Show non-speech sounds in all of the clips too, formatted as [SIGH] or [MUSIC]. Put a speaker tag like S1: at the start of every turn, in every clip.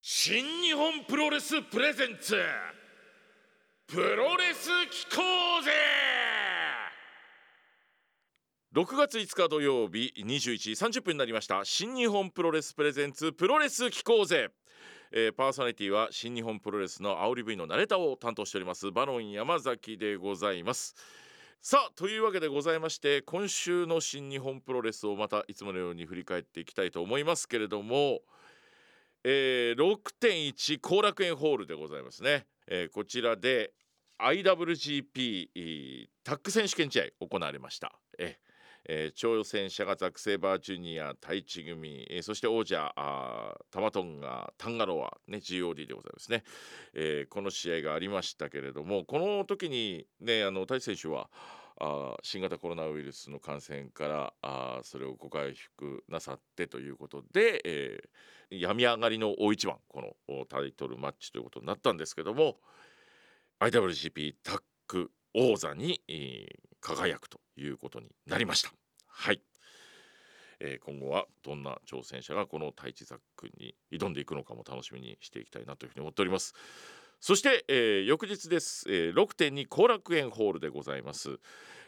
S1: 新日本プロレスプレゼンツプロレス機構ぜ6月5日土曜日21時30分になりました新日本プロレスプレゼンツプロレス機構ぜ、えーパーソナリティは新日本プロレスの煽り V のナレーターを担当しておりますバロン山崎でございますさあというわけでございまして今週の新日本プロレスをまたいつものように振り返っていきたいと思いますけれどもえー、6.1後楽園ホールでございますね、えーこちらで IWGP えータック選手権試合行われましたえーえー徴用戦者がザック・セイバージュニア太一組、えーそして王者あータマトンガタンガロア、ね、GOD でございますね、えーこの試合がありましたけれどもこの時にねあの太一選手はあー新型コロナウイルスの感染からあーそれをご回復なさってということで、えー病み上がりの大一番このおタイトルマッチということになったんですけども IWGP タッグ王座に、えー輝くということになりました。はい、えー今後はどんな挑戦者がこの太一ザックに挑んでいくのかも楽しみにしていきたいなというふうに思っております。そして、えー翌日です、えー6.2後楽園ホールでございます、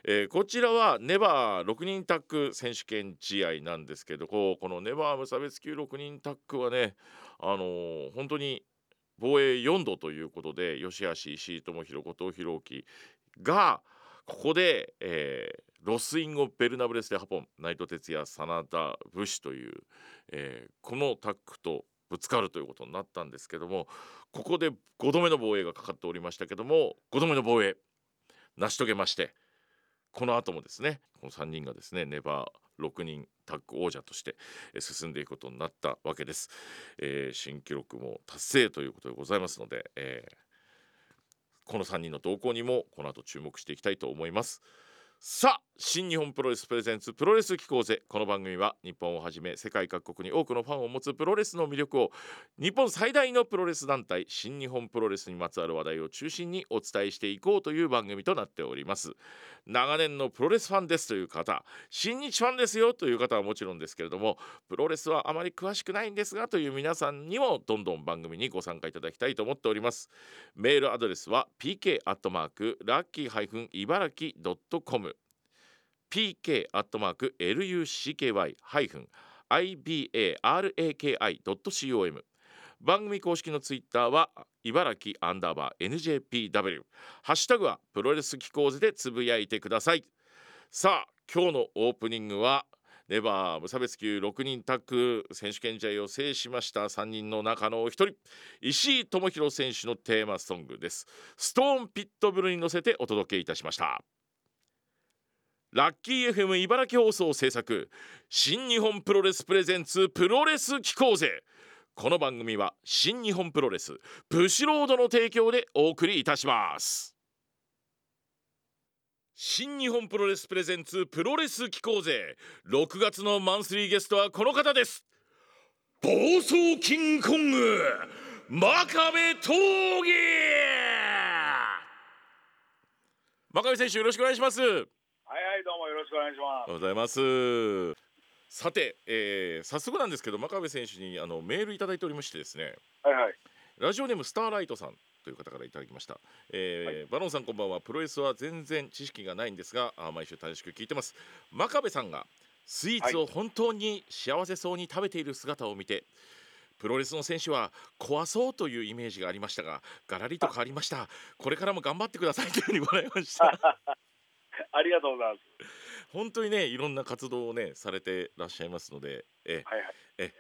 S1: えーこちらはネバー6人タッグ選手権試合なんですけどこうこのネバー無差別級6人タッグはね、あのー本当に防衛4度ということで吉橋石井智弘後藤弘樹がここで、えーロスインゴ・ベルナブレス・でハポン内藤哲也真田武士という、えーこのタッグとぶつかるということになったんですけどもここで5度目の防衛がかかっておりましたけども5度目の防衛成し遂げましてこの後もですねこの3人がですねネバー6人タッグ王者としてえー進んでいくことになったわけです、えー新記録も達成ということでございますので、えーこの3人の動向にもこの後注目していきたいと思いますさあ新日本プロレスプレゼンツプロレス機構ぜこの番組は日本をはじめ世界各国に多くのファンを持つプロレスの魅力を日本最大のプロレス団体新日本プロレスにまつわる話題を中心にお伝えしていこうという番組となっております長年のプロレスファンですという方新日ファンですよという方はもちろんですけれどもプロレスはあまり詳しくないんですがという皆さんにもどんどん番組にご参加いただきたいと思っておりますメールアドレスは pk アットマークラッキー茨城ドットコム pk アットマーク lucky ハイフン ibaraki.com 番組公式のツイッターは茨城アンダーバー NJPW ハッシュタグはプロレス機構図でつぶやいてくださいさあ今日のオープニングはネバー無差別級6人タッグ選手権試合を制しました3人の中のお一人石井智弘選手のテーマソングですストーンピットブルに乗せてお届けいたしましたラッキー FM 茨城放送制作新日本プロレスプレゼンツプロレス機構勢この番組は新日本プロレスプシロードの提供でお送りいたします新日本プロレスプレゼンツプロレス機構勢6月のマンスリーゲストはこの方です暴走キングコング真壁闘技真壁選手よろしくお願いします
S2: はいはいどうもよろしくお願いし
S1: あ
S2: ま
S1: りが
S2: す。
S1: とうございます。さて、えー早速なんですけど、真壁選手にあのメールいただいておりましてですね、
S2: はいはい。
S1: ラジオネームスターライトさんという方からいただきました。えーバロンさんこんばんは。プロレスは全然知識がないんですが、あー毎週楽しく聞いてます。真壁さんがスイーツを本当に幸せそうに食べている姿を見て、プロレスの選手は怖そうというイメージがありましたが、ガラリと変わりました。これからも頑張ってくださいというふうに笑いました。
S2: ありがとうございます。
S1: 本当にねいろんな活動をねされてらっしゃいますのでえ
S2: はいはい。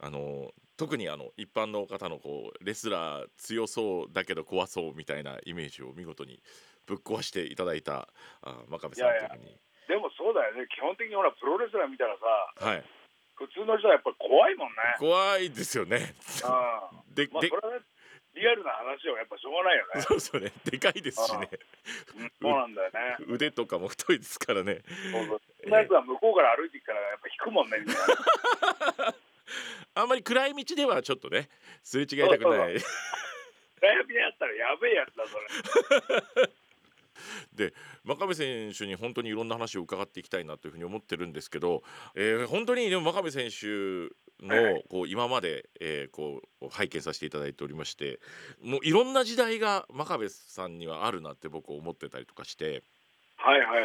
S1: あの特にあの一般の方のこうレスラー強そうだけど怖そうみたいなイメージを見事にぶっ壊していただいたあ真壁さん
S2: いやいや
S1: というふうに
S2: でもそうだよね。基本的にほらプロレスラー見たらさ、
S1: はい
S2: 普通の人はやっぱり怖いもん [LAUGHS] ね。
S1: 怖いですよね
S2: うん。
S1: で、
S2: まあ
S1: で
S2: それはねリアルな話をやっぱしょうがないよね。
S1: そうそうねでかいですしね
S2: [LAUGHS] うんそうなんだよね。
S1: 腕とかも太いですからね
S2: そうそう。そんなやつは向こうから歩いてきたらやっぱ引くもん [LAUGHS] ねみんな。
S1: あんまり暗い道ではちょっとねすれ違いたくない
S2: だいぶやったらやべえやつだそれ。
S1: で真壁選手に本当にいろんな話を伺っていきたいなというふうに思ってるんですけど、えー本当にでも真壁選手
S2: はいは
S1: のこう今まで、えーこう拝見させていただいておりましてもういろんな時代が真壁さんにはあるなって僕は思ってたりとかして
S2: はいはいはい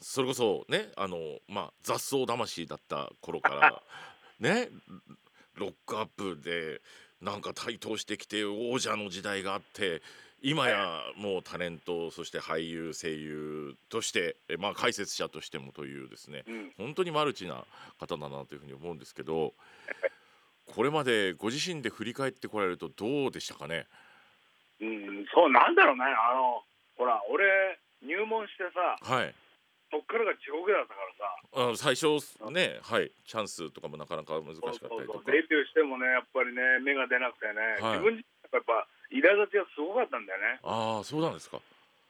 S1: それこそねあの、まあ、雑草魂だった頃
S2: [LAUGHS]
S1: から、ね、ロックアップでなんか台頭してきて王者の時代があって今やもうタレントそして俳優声優として、えまあ、解説者としてもというですね
S2: うん
S1: 本当にマルチな方だなというふうに思うんですけどこれまでご自身で振り返ってこられるとどうでしたかね
S2: うん、そうなんだろうねあのほら俺入門してさ
S1: はい
S2: そっからが地獄だったからさ
S1: あ最初ねはいチャンスとかもなかなか難しか
S2: そ
S1: っ
S2: う
S1: た
S2: そう
S1: りと
S2: そう
S1: か
S2: デビューしてもねやっぱりね芽が出なくてね、
S1: はい
S2: 自分自身やっぱ苛立ちがすごかったんだよね
S1: ああそうなんですか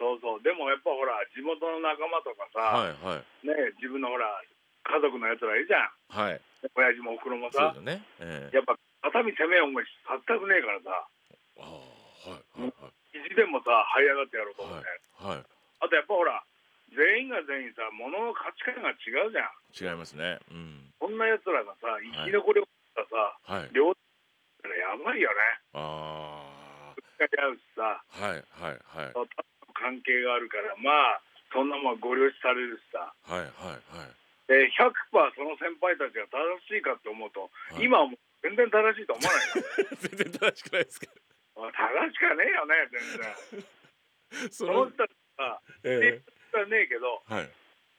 S2: そうそうでもやっぱほら地元の仲間とかさ、
S1: はいはい
S2: ね自分のほら家族のやつらいいじゃん
S1: はい
S2: 親父もおふくろも
S1: そう
S2: さ
S1: だねええ
S2: やっぱ肩身狭い思い全くねえからさ
S1: ああはいはい
S2: 意地でもさ這い上がってやろうと思って、
S1: はいは
S2: あとやっぱほら全員が全員さ物の価値観が違うじゃん
S1: い違いますねうん
S2: こんなやつらがさ生き残りを持ったさ、
S1: はい
S2: 両手やばいよね
S1: あ
S2: ぶつかり合うしさ
S1: あはいはいはい
S2: 関係があるからまあそんなもんご了承されるしさ
S1: はいはいはい [LAUGHS]
S2: で100%その先輩たちが正しいかって思うと、
S1: はい
S2: 今はもう全然正しいと思わないよ
S1: 全然正しくないですか
S2: [LAUGHS] 正しかねえよね
S1: [LAUGHS] そ
S2: 全然その
S1: の
S2: 人たちは
S1: [LAUGHS] え
S2: はねえけど
S1: えはい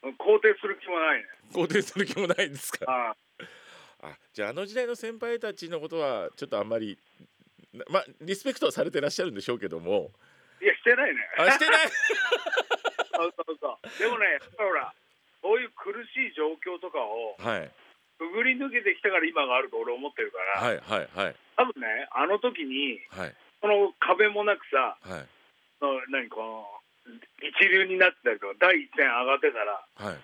S2: 肯定する気もないね
S1: 肯定する気もないですか
S2: ああ
S1: あじゃああの時代の先輩たちのことはちょっとあんまりなまあリスペクトはされてらっしゃるんでしょうけども
S2: いやしてないね
S1: あして
S2: [LAUGHS]
S1: ない
S2: そうそうそうでもねやっぱほらそういう苦しい状況とかを
S1: はい
S2: くぐり抜けてきたから今があると俺思ってるから、
S1: はいはいはい
S2: 多分ねあの時に
S1: はい
S2: この壁もなくさ
S1: はい
S2: その何この一流になってたりとか第一線上がってたら
S1: はい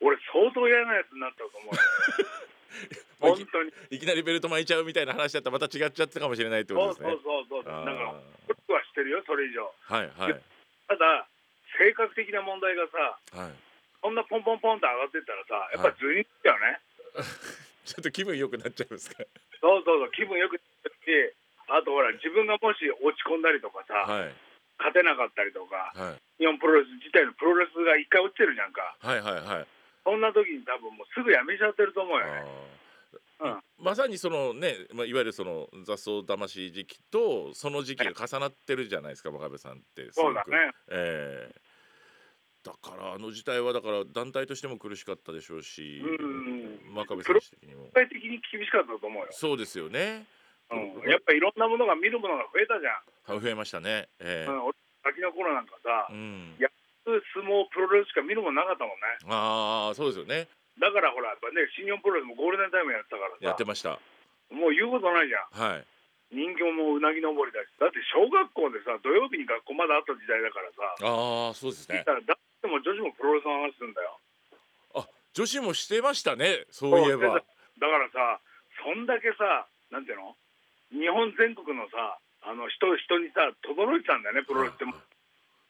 S2: 俺相当嫌なやつになったと思
S1: [LAUGHS]
S2: うよ本当に
S1: いきなりベルト巻いちゃうみたいな話だったらまた違っちゃったかもしれないってこ
S2: そう
S1: とです
S2: そ
S1: ね
S2: うそうそう
S1: あー
S2: なんか努力はしてるよそれ以上
S1: はいはい
S2: ただ性格的な問題がさ
S1: はい
S2: そんなポンポンポンと上がってったらさやっぱずりっちゃうね、
S1: ちょっと気分良くなっちゃいますか
S2: そうそうそう気分よくなるしあとほら自分がもし落ち込んだりとかさ、
S1: はい
S2: 勝てなかったりとか
S1: はい
S2: 日本プロレス自体のプロレスが一回落ちてるじゃんか
S1: はいはいはい
S2: そんな時に多分もうすぐやめちゃってると思うよね
S1: あーまさにそのね、まあ、いわゆるその雑草魂時期とその時期が重なってるじゃないですか真壁さんってす
S2: そ
S1: ご
S2: う
S1: く
S2: だね
S1: ええだからあの時代はだから団体としても苦しかったでしょうし、
S2: うん
S1: 真壁選手的にも
S2: 世界的に厳しかったと思うよ、
S1: そうですよね
S2: うん、やっぱいろんなものが見るものが増えたじゃ
S1: 増えましたね、え
S2: ん、うん、俺先の頃なんかさ
S1: えうん
S2: いや普通相撲プロレスしか見るものなかったもんね
S1: ああそうですよね
S2: だからほらやっぱね新日本プロレスもゴールデンタイムやってた
S1: や
S2: から
S1: って
S2: さ
S1: ました
S2: もう言うことないじゃん
S1: はい
S2: 人形もうなぎ登りだしだって小学校でさ土曜日に学校まだあった時代だからさ
S1: ああそうです
S2: 聞い
S1: ね
S2: たらだっても女子もプロレスの話するんだよ
S1: [LAUGHS] 女子もしてましたねそういえば
S2: だからさそんだけさなんていうの日本全国のさあの人人にさ轟いてたんだよねプロレスっても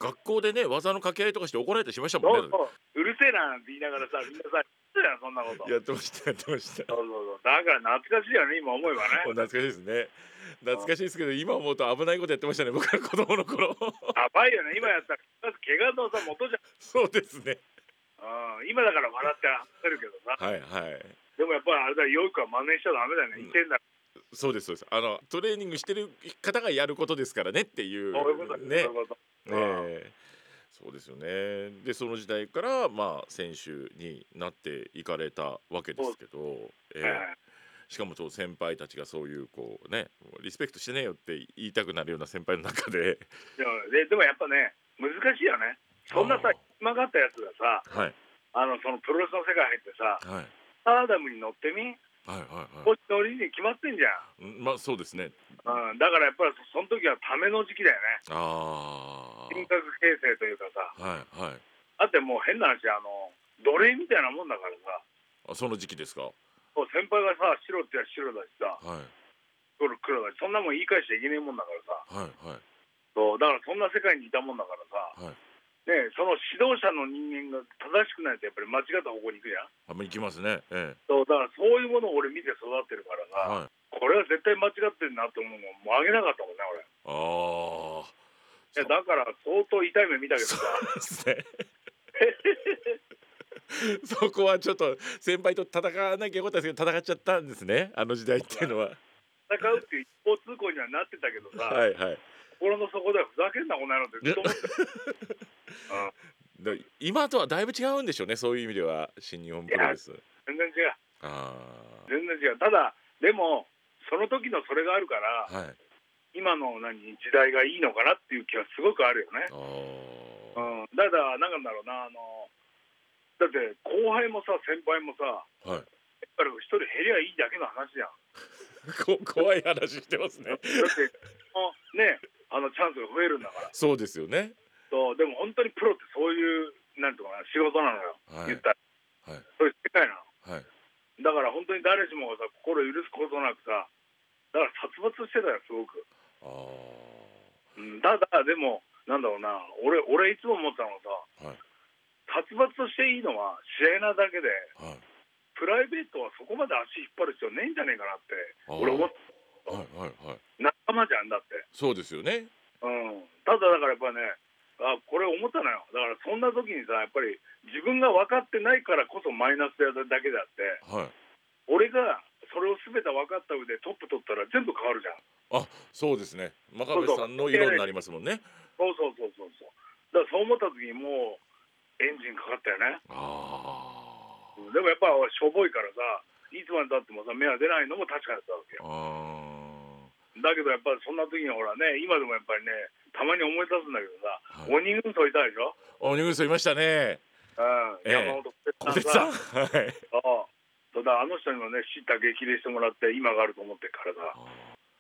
S1: 学校でね技の掛け合いとかして怒られてしましたもんね
S2: そうそううるせえななんて言いながら [LAUGHS] さみんなさ言ってたよそんなこと
S1: やってましたや [LAUGHS] ってました
S2: そうそうそうだから懐かしいよね今思えば
S1: もう
S2: [LAUGHS]
S1: 懐
S2: ね
S1: かしいですね懐かしいですけど今思うと危ないことやってましたね僕は子供の頃 [LAUGHS]
S2: やばいよね今やったらまず怪我のさ元じゃ
S1: そうですね
S2: ん、うん、今だから笑って話せるけどさ
S1: はいはい
S2: でもやっぱりあれだよくは真似しちゃダメだよね言ってんだ
S1: そうですそうですあのトレーニングしてる方がやることですからねっていう
S2: そういうことだよ
S1: ね
S2: そういうこと
S1: ええそうですよねでその時代からまあ選手になっていかれたわけですけど、ええ
S2: ええ
S1: しかもちょっと先輩たちがそういうこうねリスペクトしてねえよって言いたくなるような先輩の中で [LAUGHS]
S2: でもででもやっぱね難しいよねそんなさ曲がったやつがさ
S1: はい
S2: あのそのプロレスの世界入ってさ
S1: はい
S2: スターダムに乗ってみ
S1: はいはいは
S2: こっち乗りに決まってんじゃ
S1: いうんまあそうですね
S2: ん、うん、だからやっぱりそその時はための時期だよね
S1: あ
S2: 人格形成というかさ
S1: あはいはい
S2: だってもう変な話あの奴隷みたいなもんだからさ
S1: あその時期ですかは
S2: こう先輩がさ白って言えば白だしさ
S1: いはい
S2: 黒黒だしそんなもん言い返しちゃいけねえもんだからさ
S1: はい
S2: そうだからそんな世界にいたもんだからさ、
S1: はい
S2: ねね、その指導者の人間が正しくないとやっぱり間違った方向に行くじゃん
S1: あんまり行きますね。え
S2: そうだからそういうものを俺見て育ってるから
S1: え、
S2: さ、
S1: はい。
S2: これは絶対間違ってるなと思うのもうあげなかったもんね俺
S1: ああ、
S2: いやだから相当痛い目見たけど
S1: そ
S2: さ
S1: うです [LAUGHS] ね。そこはちょっと先輩と戦わなきゃよかったですけど戦っちゃったんですねあの時代っていうのは
S2: 戦うっていう一方通行にはなってたけどさ、
S1: はいはい
S2: 心の底ではふざけんなこの野郎ってずっと思ってた、
S1: だ今とはだいぶ違うんでしょうねそういう意味では新日本プロレス
S2: うん、全然違う
S1: あ
S2: 全然違うただでもその時のそれがあるか
S1: あは
S2: ら
S1: い
S2: 今の何時代がいいのかなっていう気はすごくあるよね
S1: あー
S2: うんだからなんだろうなあのだって後輩もさ先輩もさ
S1: は
S2: や
S1: い
S2: っぱり一人減りゃいいだけの話じゃん
S1: こ怖い話してます [LAUGHS]
S2: だっ
S1: ね
S2: て [LAUGHS] あねあのチャンスが増えるんだから
S1: そうですよね
S2: そうでも本当にプロってそういうなんていうのかな仕事なのよ、
S1: はい
S2: 言ったら、
S1: はい
S2: そういう世界なの
S1: はい
S2: だから本当に誰しもがさ心を許すことなくさだから殺伐してたよすごく、
S1: あ
S2: うん、ただでもなんだろうな俺俺いつも思ったのはさ、
S1: はい
S2: 殺伐としていいのは試合なだけで
S1: あはい
S2: プライベートはそこまで足引っ張る必要ねえんじゃねえかなって
S1: あー
S2: 俺思っ
S1: はいはいはい
S2: 仲間じゃんだって、
S1: そうですよね
S2: うん、ただだからやっぱねあこれ思ったのよだからそんな時にさやっぱり自分が分かってないからこそマイナスだけであって
S1: はい
S2: 俺がそれを全て分かった上でトップ取ったら全部変わるじゃん
S1: あそうですね真壁さんの色になりますもんね
S2: そうそうそうそうそうだからそう思った時にもうエンジンかかったよね
S1: ああ
S2: でもやっぱ俺しょぼいからさいつまでたってもさ目は出ないのも確かだったわけよ
S1: あ
S2: だけどやっぱりそんな時にほらね今でもやっぱりねたまに思い出すんだけど
S1: あ、
S2: さ
S1: はい、
S2: 鬼軍曹いたでしょ、
S1: おニュースいましたね。
S2: うん
S1: ええ
S2: 山本
S1: 小
S2: 哲
S1: 鉄さん。 [LAUGHS] はい。
S2: ああそうだあの人にもね叱咤激励してもらって今があると思ってるからさ、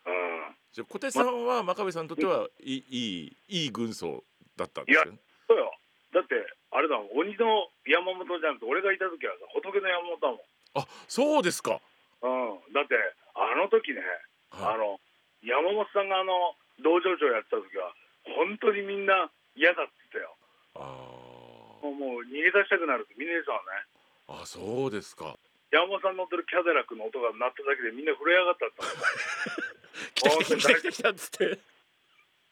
S2: うん、
S1: じゃあ小鉄さんは真壁さんにとってはいいいいいい軍曹だったんですよね。
S2: そうよだってあれだもん鬼の山本じゃなくて俺がいた時はさ仏の山本だも
S1: あ、そうですか。
S2: ん、うん、だってあの時ね、あ
S1: は
S2: の山本さんがあの道場長やってた時は本当にみんな嫌だって言ってたよ
S1: い。あ
S2: もうもう逃げ出したくなるってみんな言ってたわね
S1: ーあ、そうですか。
S2: 山本さん乗ってるキャデラックの音が鳴っただけでみんな震え上がったって
S1: 来た来た来た来た来たっつって。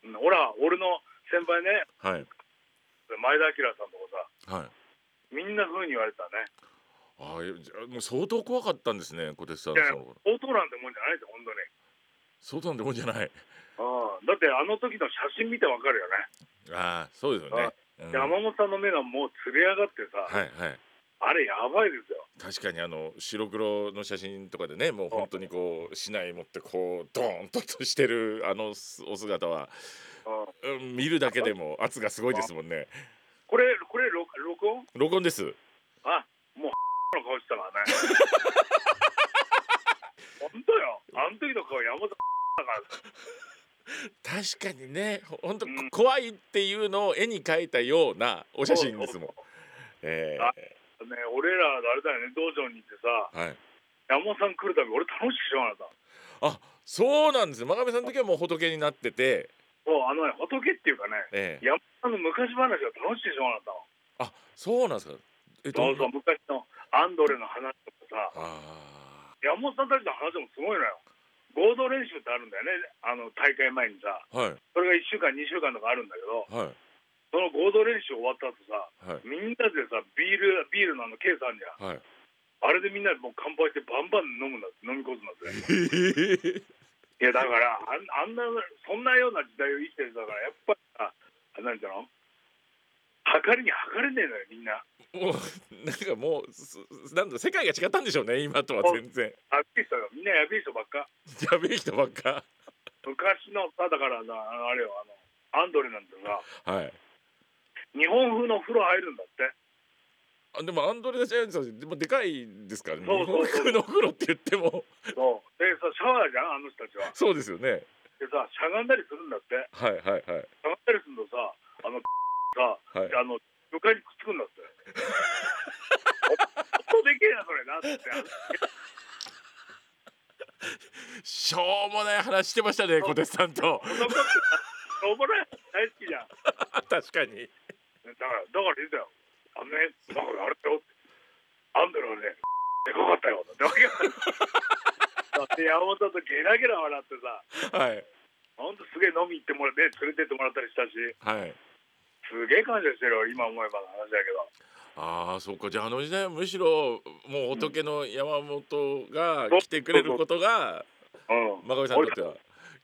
S2: うんほら俺の先輩ね
S1: はい
S2: 前田明さんとかさ
S1: はい。
S2: みんなそういうふうに言われてたね
S1: ああ、いやじゃあもう相当怖かったんですね、小鉄さん
S2: いや
S1: その頃。
S2: 相当なんてもんじゃないですよ本当に
S1: 相当なんでもんじゃない。
S2: ああだってあの時の写真見てわかるよね、
S1: ああ、そうですよね。うん
S2: 山本さんの目がもうつれ上がってさ、
S1: はいはい。
S2: あれやばいですよ
S1: 確かにあの白黒の写真とかでねもう本当にこう市内持ってこうドーンとしてるあのすお姿は、
S2: ああ
S1: うん、見るだけでも圧がすごいですもんね
S2: これこれ録録音
S1: 録音です
S2: あもうの顔してた
S1: [LAUGHS]
S2: からね本当よあの時の顔山本
S1: 確かにねほほんとこ
S2: うん
S1: 怖いっていうのを絵に描いたようなお写真ですもんえ
S2: ね俺らあれだよね道場に行ってさ
S1: ー、はい
S2: 山本さん来るたび俺楽しくしようがなかった
S1: あそうなんですね真壁さんの時はもう仏になってて
S2: そうあのね仏っていうか
S1: え
S2: ね
S1: ー、
S2: 山本さんの昔話が楽しくしようが
S1: あ
S2: なかった
S1: そうなんですかえん
S2: の
S1: な
S2: そうそう昔のアンドレの話とかさ
S1: あ
S2: 山本さんたちの話もすごいのよ合同練習ってあるんだよねあの大会前にさ
S1: ーはい
S2: それが1週間2週間とかあるんだけど
S1: はい
S2: その合同練習終わった後
S1: はい
S2: さみんなでさビールビールのあのケースあんじゃん [LAUGHS]
S1: はい
S2: あれでみんなでもう乾杯してバンバン飲むんだって飲み込むんだって
S1: えー
S2: いやだからあんあんなそんなような時代を生きてるだからやっぱりさあなんていうの測りに測れねえのよみんな
S1: もうなんかもうすなんだ世界が違ったんでしょうね今とは全然
S2: やべえ人よみんなやべえ人ばっか
S1: やべえ人ばっか
S2: 昔のさだからなあのあれよあのアンドレなんてさ
S1: はい
S2: 日本風の風呂入るんだって
S1: あでもアンドレ・ジャイアンツさんでもでかいですからね
S2: そうそう
S1: 日本風のお風呂って言っても
S2: そうでさシャワーじゃんあの人たちは
S1: そうですよね
S2: でさしゃがんだりするんだって
S1: はいはいはい
S2: しゃがんだりするとさあのさ
S1: はい
S2: あの床にくっつくんだってほんとでけえなそれなって
S1: しょうもない話してましたね小手さんと
S2: 男ってしょうもない大好きじゃん
S1: [LAUGHS] 確かに
S2: ねだから、だから言ってたよ。あのね、だからあれだよ。あんたのね、でかかったよ。だってわけ山本とゲラゲラ笑ってさ、
S1: はい
S2: ほんとすげえ飲み行ってもらって、連れてってもらったりしたし、
S1: はい
S2: すげえ感謝してるよ、今思えばの話だけど。
S1: ああそうかじゃああの時代はむしろもう仏の山本が
S2: うん
S1: 来てくれることが
S2: うん。
S1: 真壁さんにとっては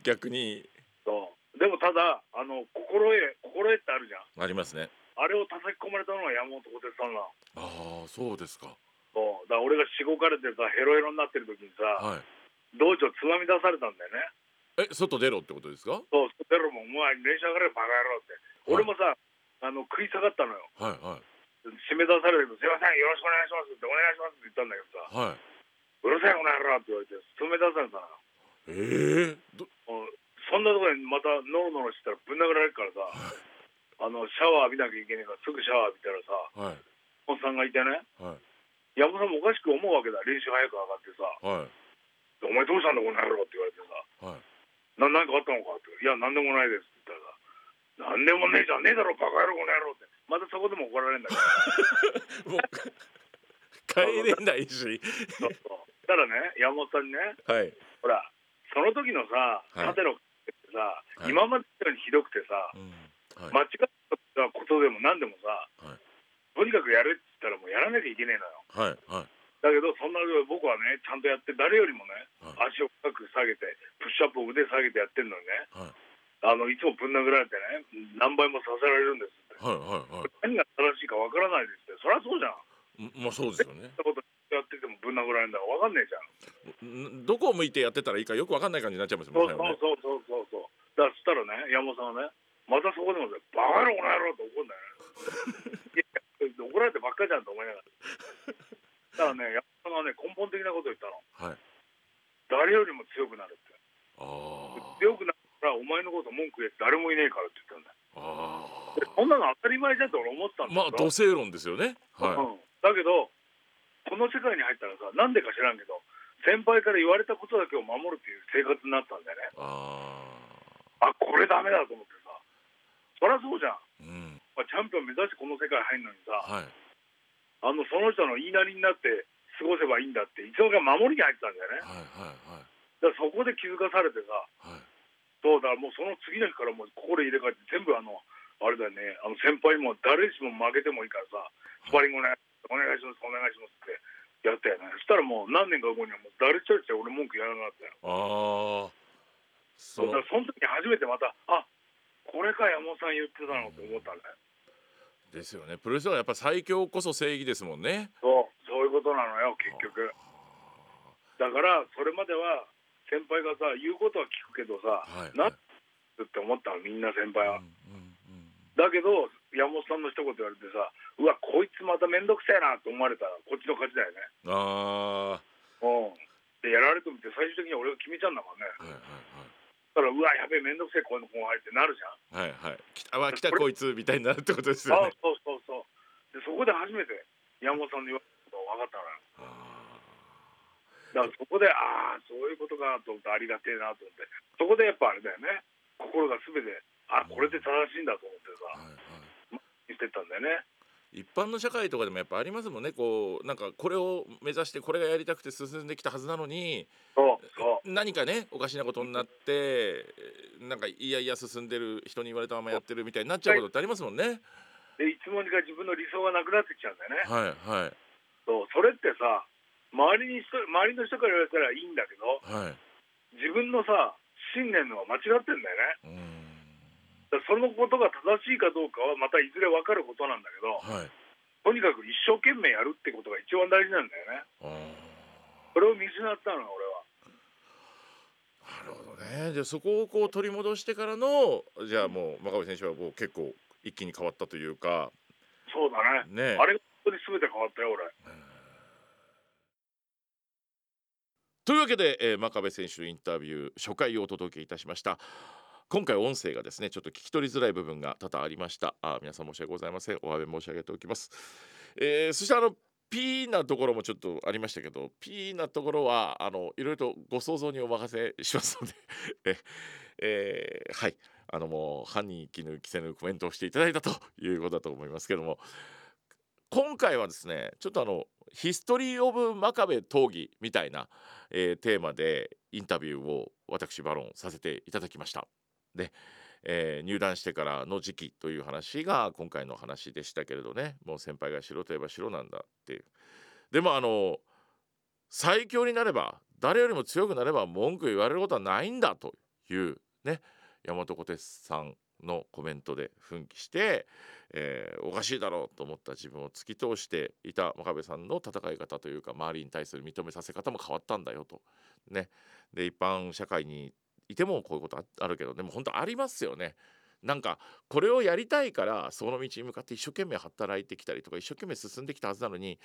S1: 逆に
S2: そうでもただあの心得心得ってあるじゃん
S1: ありますね
S2: あれを叩き込まれたのは山本小鉄さんなの
S1: ああそうですか
S2: そうだから俺がしごかれてさヘロヘロになってる時にさ
S1: はい
S2: 道場つまみ出されたんだよね
S1: え外出ろってことですか
S2: そうそしたらもう「お前電車上がれバカ野郎」って
S1: はい
S2: 俺もさあの食い下がったのよ
S1: はいは
S2: 締め出されて「すいませんよろしくお願いします」って「お願いします」って言ったんだけどさ
S1: いはい
S2: 「うるせえこの野郎」って言われて詰め出されたのよ
S1: ええど
S2: もうそんなところにまたノロノロしてたらぶん殴られるからさあのシャワー浴びなきゃいけねえからすぐシャワー浴びたらさ
S1: はい
S2: おっさんがいてね
S1: は
S2: 山本さんもおかしく思うわけだ練習早く上がってさ
S1: いはい
S2: 「お前どうしたんだこの野郎」って言われてさ
S1: は
S2: 「
S1: い
S2: な何かあったのか?」って「いや何でもないです」って言ったらさ「何でもねえじゃねえだろバカ野郎この野郎」ってまたそこでも怒られるんだけど
S1: もう [LAUGHS] 帰れないし
S2: そうそうただね山本さんにね
S1: はい
S2: ほらその時のさ
S1: い
S2: 縦のってさ、
S1: はい
S2: 今までよりひどくてさ、
S1: うんはい
S2: 間違ったことでも何でもさ、
S1: はい
S2: とにかくやれって言ったらもうやらなきゃいけねえのよ
S1: はいはい
S2: だけどそんな僕はねちゃんとやって誰よりもね
S1: はい
S2: 足を深く下げてプッシュアップを腕下げてやってるのにね
S1: はい
S2: あのいつもぶん殴られてね何倍もさせられるんですって
S1: はいはいは
S2: 何が正しいかわからないですってそりゃそうじゃ
S1: い
S2: ん
S1: まあそうですよね
S2: そんなことやっててもぶん殴られるんだからわかんねえじゃ
S1: ん
S2: ん
S1: どこを向いてやってたらいいかよくわかんない感じになっちゃいます
S2: そ
S1: もん
S2: う
S1: ね。
S2: そうそうそうそうそうだからそしたらね山本さんはねまたそこでもね「バカ野郎この野郎」って怒るんだ
S1: [LAUGHS]
S2: よねいや怒られてばっかじゃんと思いながらだからね山本さんはね根本的なことを言ったの
S1: はい。
S2: 誰よりも強くなるって
S1: あ
S2: 強くなるからお前のこと文句言って誰もいねえからって言ったんだよ
S1: あ。あ
S2: でそんなの当たり前じゃんって俺思った
S1: あ。
S2: ん
S1: ま
S2: だ
S1: あ
S2: け
S1: 土
S2: ど、
S1: 星論ですよね。は
S2: うん、だけどこの世界に入ったらさなんでか知らんけど先輩から言われたことだけを守るっていう生活になったんだよね
S1: い。あ
S2: あこれダメだと思ってさそりゃそうじゃん
S1: あ。うん。
S2: まあチャンピオン目指してこの世界入るのにさ
S1: はい。
S2: あのその人の言いなりになって過ごせばいいんだっていつの間にか守りに入ってたんだよね
S1: はいはい
S2: だからそこで気づかされてさ
S1: はいはい。
S2: そうだからもうその次の日からもう心入れ替えて全部あのあれだよねあの先輩も誰しも負けてもいいからさスパリングお願いお願いしますお願いしますってやったよねそしたらもう何年か後にはもう誰一人じゃ俺文句やらなかったよ
S1: ああ。そ
S2: そう
S1: の
S2: だからその時に初めてまたあこれか山本さん言ってたのって思ったね
S1: ですよね。プロレスはやっぱ最強こそ正義ですもんね。
S2: そうそういうことなのよ結局だからそれまでは先輩がさ言うことは聞くけどさ
S1: はい。
S2: なんつって思ったのみんな先輩は
S1: うんうんうん
S2: だけど山本さんの一言言われてさうわこいつまた面倒くせえなと思われたらこっちの勝ちだよね
S1: あ
S2: うんでやられてみて最終的に俺が決めちゃうんだからね
S1: あ。はい
S2: だからうわやべえ面倒くせえこの後輩ってなるじゃん
S1: はいはい。はいはい。きたわ来たこいつみたいになるってことですよ
S2: あ
S1: ね。
S2: そうそうそうでそこで初めて山本さんの言われた
S1: あ
S2: ことが分かったのよだからそこでああそういうことかと思ってありがてえなと思ってそこでやっぱあれだよね心が全てあこれで正しいんだと思って
S1: あ。はい
S2: さ
S1: はい。
S2: 言ってたんだよね
S1: 一般の社会とかでもやっぱありますもんねこうなんかこれを目指してこれがやりたくて進んできたはずなのに
S2: そうそう
S1: 何かねおかしなことになってえーなんかいやいや進んでる人に言われたままやってるみたいになっちゃうことってありますもんね。
S2: でいつもにか自分の理想がなくなってきちゃうんだよね
S1: はいはい
S2: そうそれってさ周りに人周りの人から言われたらいいんだけど
S1: はい。
S2: 自分のさ信念のが間違ってんだよね
S1: うーん
S2: だからそのことが正しいかどうかはまたいずれ分かることなんだけど
S1: はい。
S2: とにかく一生懸命やるってことが一番大事なんだよね
S1: あー
S2: それを見失ったの俺は
S1: なるほどね。じゃあそこをこう取り戻してからのじゃあもう真壁選手はもう結構一気に変わったというか
S2: そうだ
S1: ね。
S2: ねあれが本当に全て変わったよ俺
S1: というわけで、えー、真壁選手インタビュー初回をお届けいたしました今回音声がですねちょっと聞き取りづらい部分が多々ありましたあー皆さん申し訳ございませんお詫び申し上げておきます、えーそしてあのピーなところもちょっとありましたけどピーなところは [LAUGHS] あのいろいろとご想像にお任せしますのでええーはいあのもう歯に衣着せぬコメントをしていただいたということだと思いますけども今回はですねちょっとあのヒストリー・オブ・真壁闘技みたいな、えーテーマでインタビューを私バロンさせていただきました。で、えー入団してからの時期という話が今回の話でしたけれどねもう先輩が白といえば白なんだっていう。でもあの最強になれば誰よりも強くなれば文句言われることはないんだというね大和小鉄さんのコメントで奮起して、えーおかしいだろうと思った自分を突き通していた真壁さんの戦い方というか周りに対する認めさせ方も変わったんだよと。ね、で一般社会にいてもこういうことああるけどでも本当ありますよね。なんかこれをやりたいからその道に向かって一生懸命働いてきたりとか一生懸命進んできたはずなのに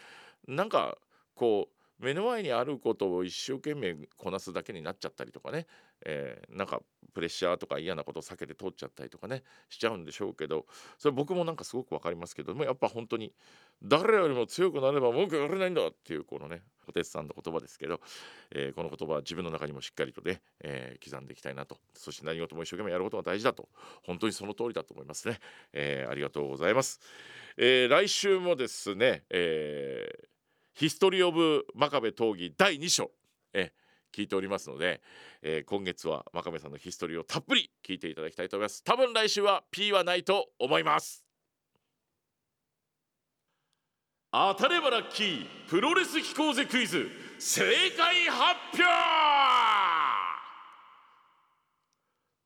S1: なんかこう目の前にあることを一生懸命こなすだけになっちゃったりとかね、えーなんかプレッシャーとか嫌なことを避けて通っちゃったりとかねしちゃうんでしょうけどそれ僕もなんかすごくわかりますけどもやっぱ本当に誰よりも強くなれば文句言われないんだっていうこのね小鉄さんの言葉ですけど、えーこの言葉は自分の中にもしっかりとね、えー刻んでいきたいなとそして何事も一生懸命やることが大事だと本当にその通りだと思いますね、えーありがとうございます、えー来週もですね、えーヒストリー・オブ・真壁闘技第2章え聞いておりますので、えー今月は真壁さんのヒストリーをたっぷり聞いていただきたいと思います多分来週は P はないと思います当たればラッキープロレス飛行ぜクイズ正解発表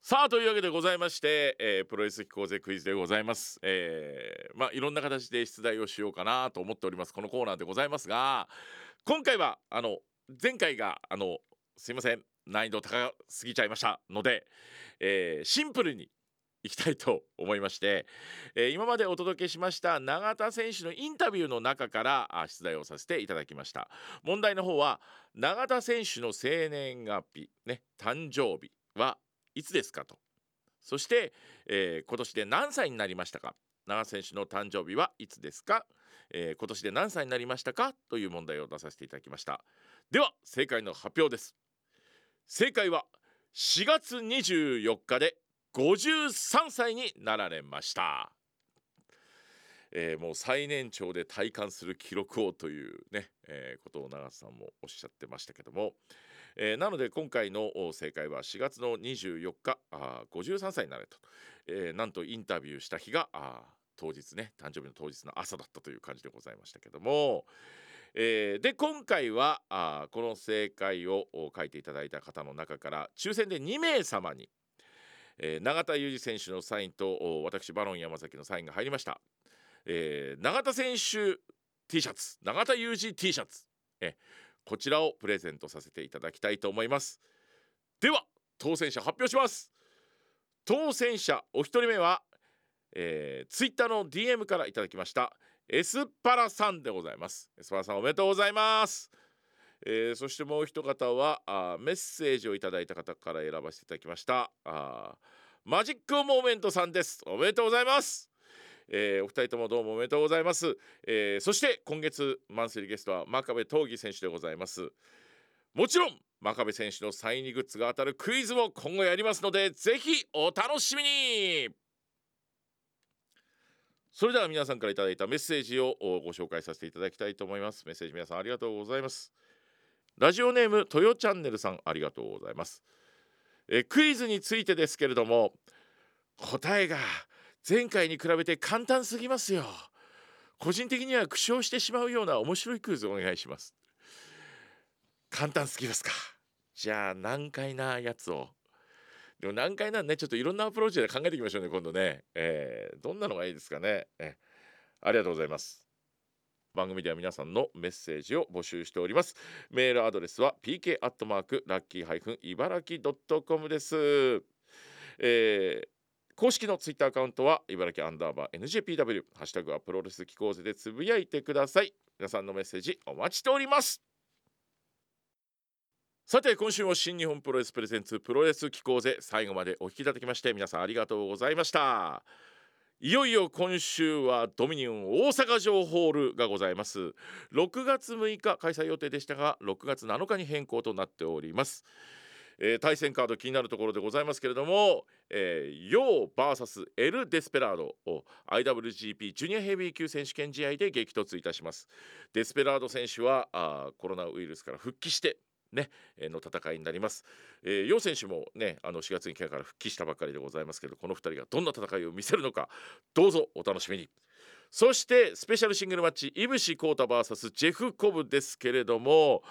S1: さあというわけでございまして、えープロレス飛行ぜクイズでございます、えーまあいろんな形で出題をしようかなと思っておりますこのコーナーでございますが今回はあの前回があのすいません難易度高すぎちゃいましたので、えーシンプルにいきたいと思いまして、えー今までお届けしました永田選手のインタビューの中からあ出題をさせていただきました問題の方は永田選手の生年月日ね誕生日はいつですかとそして、えー今年で何歳になりましたか永田選手の誕生日はいつですか、えー今年で何歳になりましたかという問題を出させていただきましたでは正解の発表です正解は4月24日で53歳になられました、えーもう最年長で体感する記録をというね、えーことを永瀬さんもおっしゃってましたけども、えーなので今回のお正解は4月の24日あー53歳になれと、えーなんとインタビューした日があー当日ね誕生日の当日の朝だったという感じでございましたけども、えーで今回はあーこの正解をお書いていただいた方の中から抽選で2名様に、えー永田裕二選手のサインとお私バロン山崎のサインが入りました、えー永田選手 T シャツ永田裕二 T シャツえこちらをプレゼントさせていただきたいと思いますでは当選者発表します当選者お一人目は、えー、ツイッターの DM からいただきましたエスパラさんでございますエスパラさんおめでとうございますえーそしてもう一方はあーメッセージをいただいた方から選ばせていただきましたあーマジックモーメントさんですおめでとうございます、えーお二人ともどうもおめでとうございます、えーそして今月マンスリーゲストは真壁闘技選手でございますもちろん真壁選手のサイン入りグッズが当たるクイズも今後やりますのでぜひお楽しみにそれでは皆さんからいただいたメッセージをおご紹介させていただきたいと思いますメッセージ皆さんありがとうございますラジオネームとよチャンネルさんありがとうございますえークイズについてですけれども答えが前回に比べて簡単すぎますよ個人的には苦笑してしまうような面白いクイズお願いします簡単すぎますかじゃあ難解なやつをでも難解なんでねちょっといろんなアプローチで考えていきましょうね今度ね、えーどんなのがいいですかね、えーありがとうございます番組では皆さんのメッセージを募集しておりますメールアドレスは pk アットマークラッキーハイフン茨城ドットコムです、えー公式のツイッターアカウントは茨城アンダーバー NJPW ハッシュタグはプロレス機構図でつぶやいてください皆さんのメッセージお待ちしておりますさて今週も新日本プロレスプレゼンツプロレス機構図最後までお聞きいただきまして皆さんありがとうございましたいよいよ今週はドミニオン大阪城ホールがございます6月6日開催予定でしたが6月7日に変更となっております、えー対戦カード気になるところでございますけれども、えー、ヨー VS エル・デスペラードを IWGP ジュニアヘビー級選手権試合で激突いたしますデスペラード選手はあーコロナウイルスから復帰してね、えーの戦いになります、えー、ヨウ選手もねあの4月に怪我から復帰したばかりでございますけどこの2人がどんな戦いを見せるのかどうぞお楽しみにそしてスペシャルシングルマッチイブシコータ VS ジェフ・コブですけれども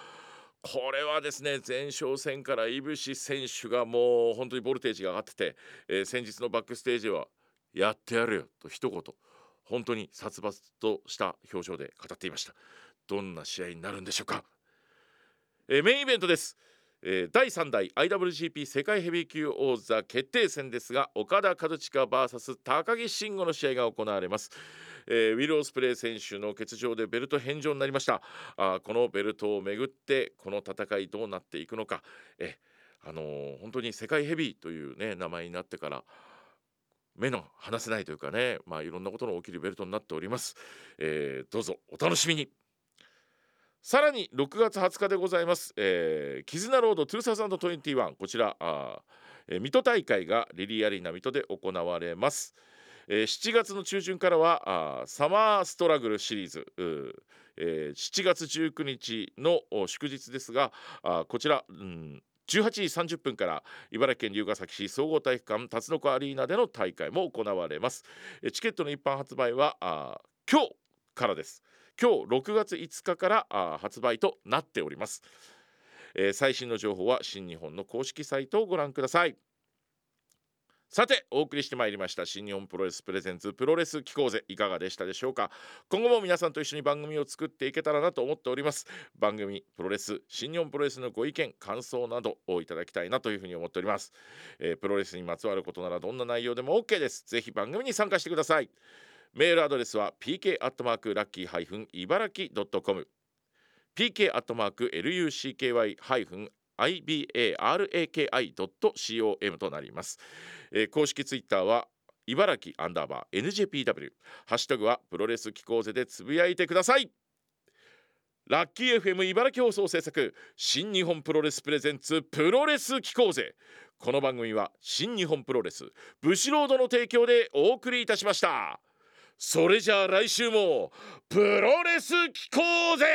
S1: これはですね前哨戦からイブシ選手がもう本当にボルテージが上がってて、えー先日のバックステージは「やってやるよ」と一言本当に殺伐とした表情で語っていましたどんな試合になるんでしょうか、えーメインイベントですえー第3代 IWGP 世界ヘビー級王座決定戦ですが岡田和親 VS 高木慎吾の試合が行われます、えーウィル・オスプレイ選手の欠場でベルト返上になりましたあーこのベルトをめぐってこの戦いどうなっていくのかえあのー本当に世界ヘビーという、ね、名前になってから目の離せないというかね、まあ、いろんなことの起きるベルトになっております、えーどうぞお楽しみにさらに6月20日でございます、えー、絆ロード2021こちらあー、えー水戸大会がリリーアリーナ水戸で行われます、えー7月の中旬からはあーサマーストラグルシリーズうーえー7月19日のお祝日ですがあーこちら、うん、18時30分から茨城県龍ケ崎市総合体育館辰の子アリーナでの大会も行われますえーチケットの一般発売はあー今日からです今日6月5日からあー発売となっております、えー最新の情報は新日本の公式サイトをご覧くださいさてお送りしてまいりました新日本プロレスプレゼンツプロレス機構ぜいかがでしたでしょうか今後も皆さんと一緒に番組を作っていけたらなと思っております番組プロレス新日本プロレスのご意見感想などをいただきたいなというふうに思っております、えープロレスにまつわることならどんな内容でも OK ですぜひ番組に参加してくださいメールアドレスは pk アットマークラッキーハイフン茨城ドットコム pk アットマーク lucky ハイフン ibaraki ドット com となります、えー公式ツイッターは茨城アンダーバー NJPW ハッシュタグはプロレス機構ぜでつぶやいてくださいラッキー FM 茨城放送制作新日本プロレスプレゼンツプロレス機構ぜこの番組は新日本プロレスブシロードの提供でお送りいたしましたそれじゃあ来週もプロレス聞こうぜ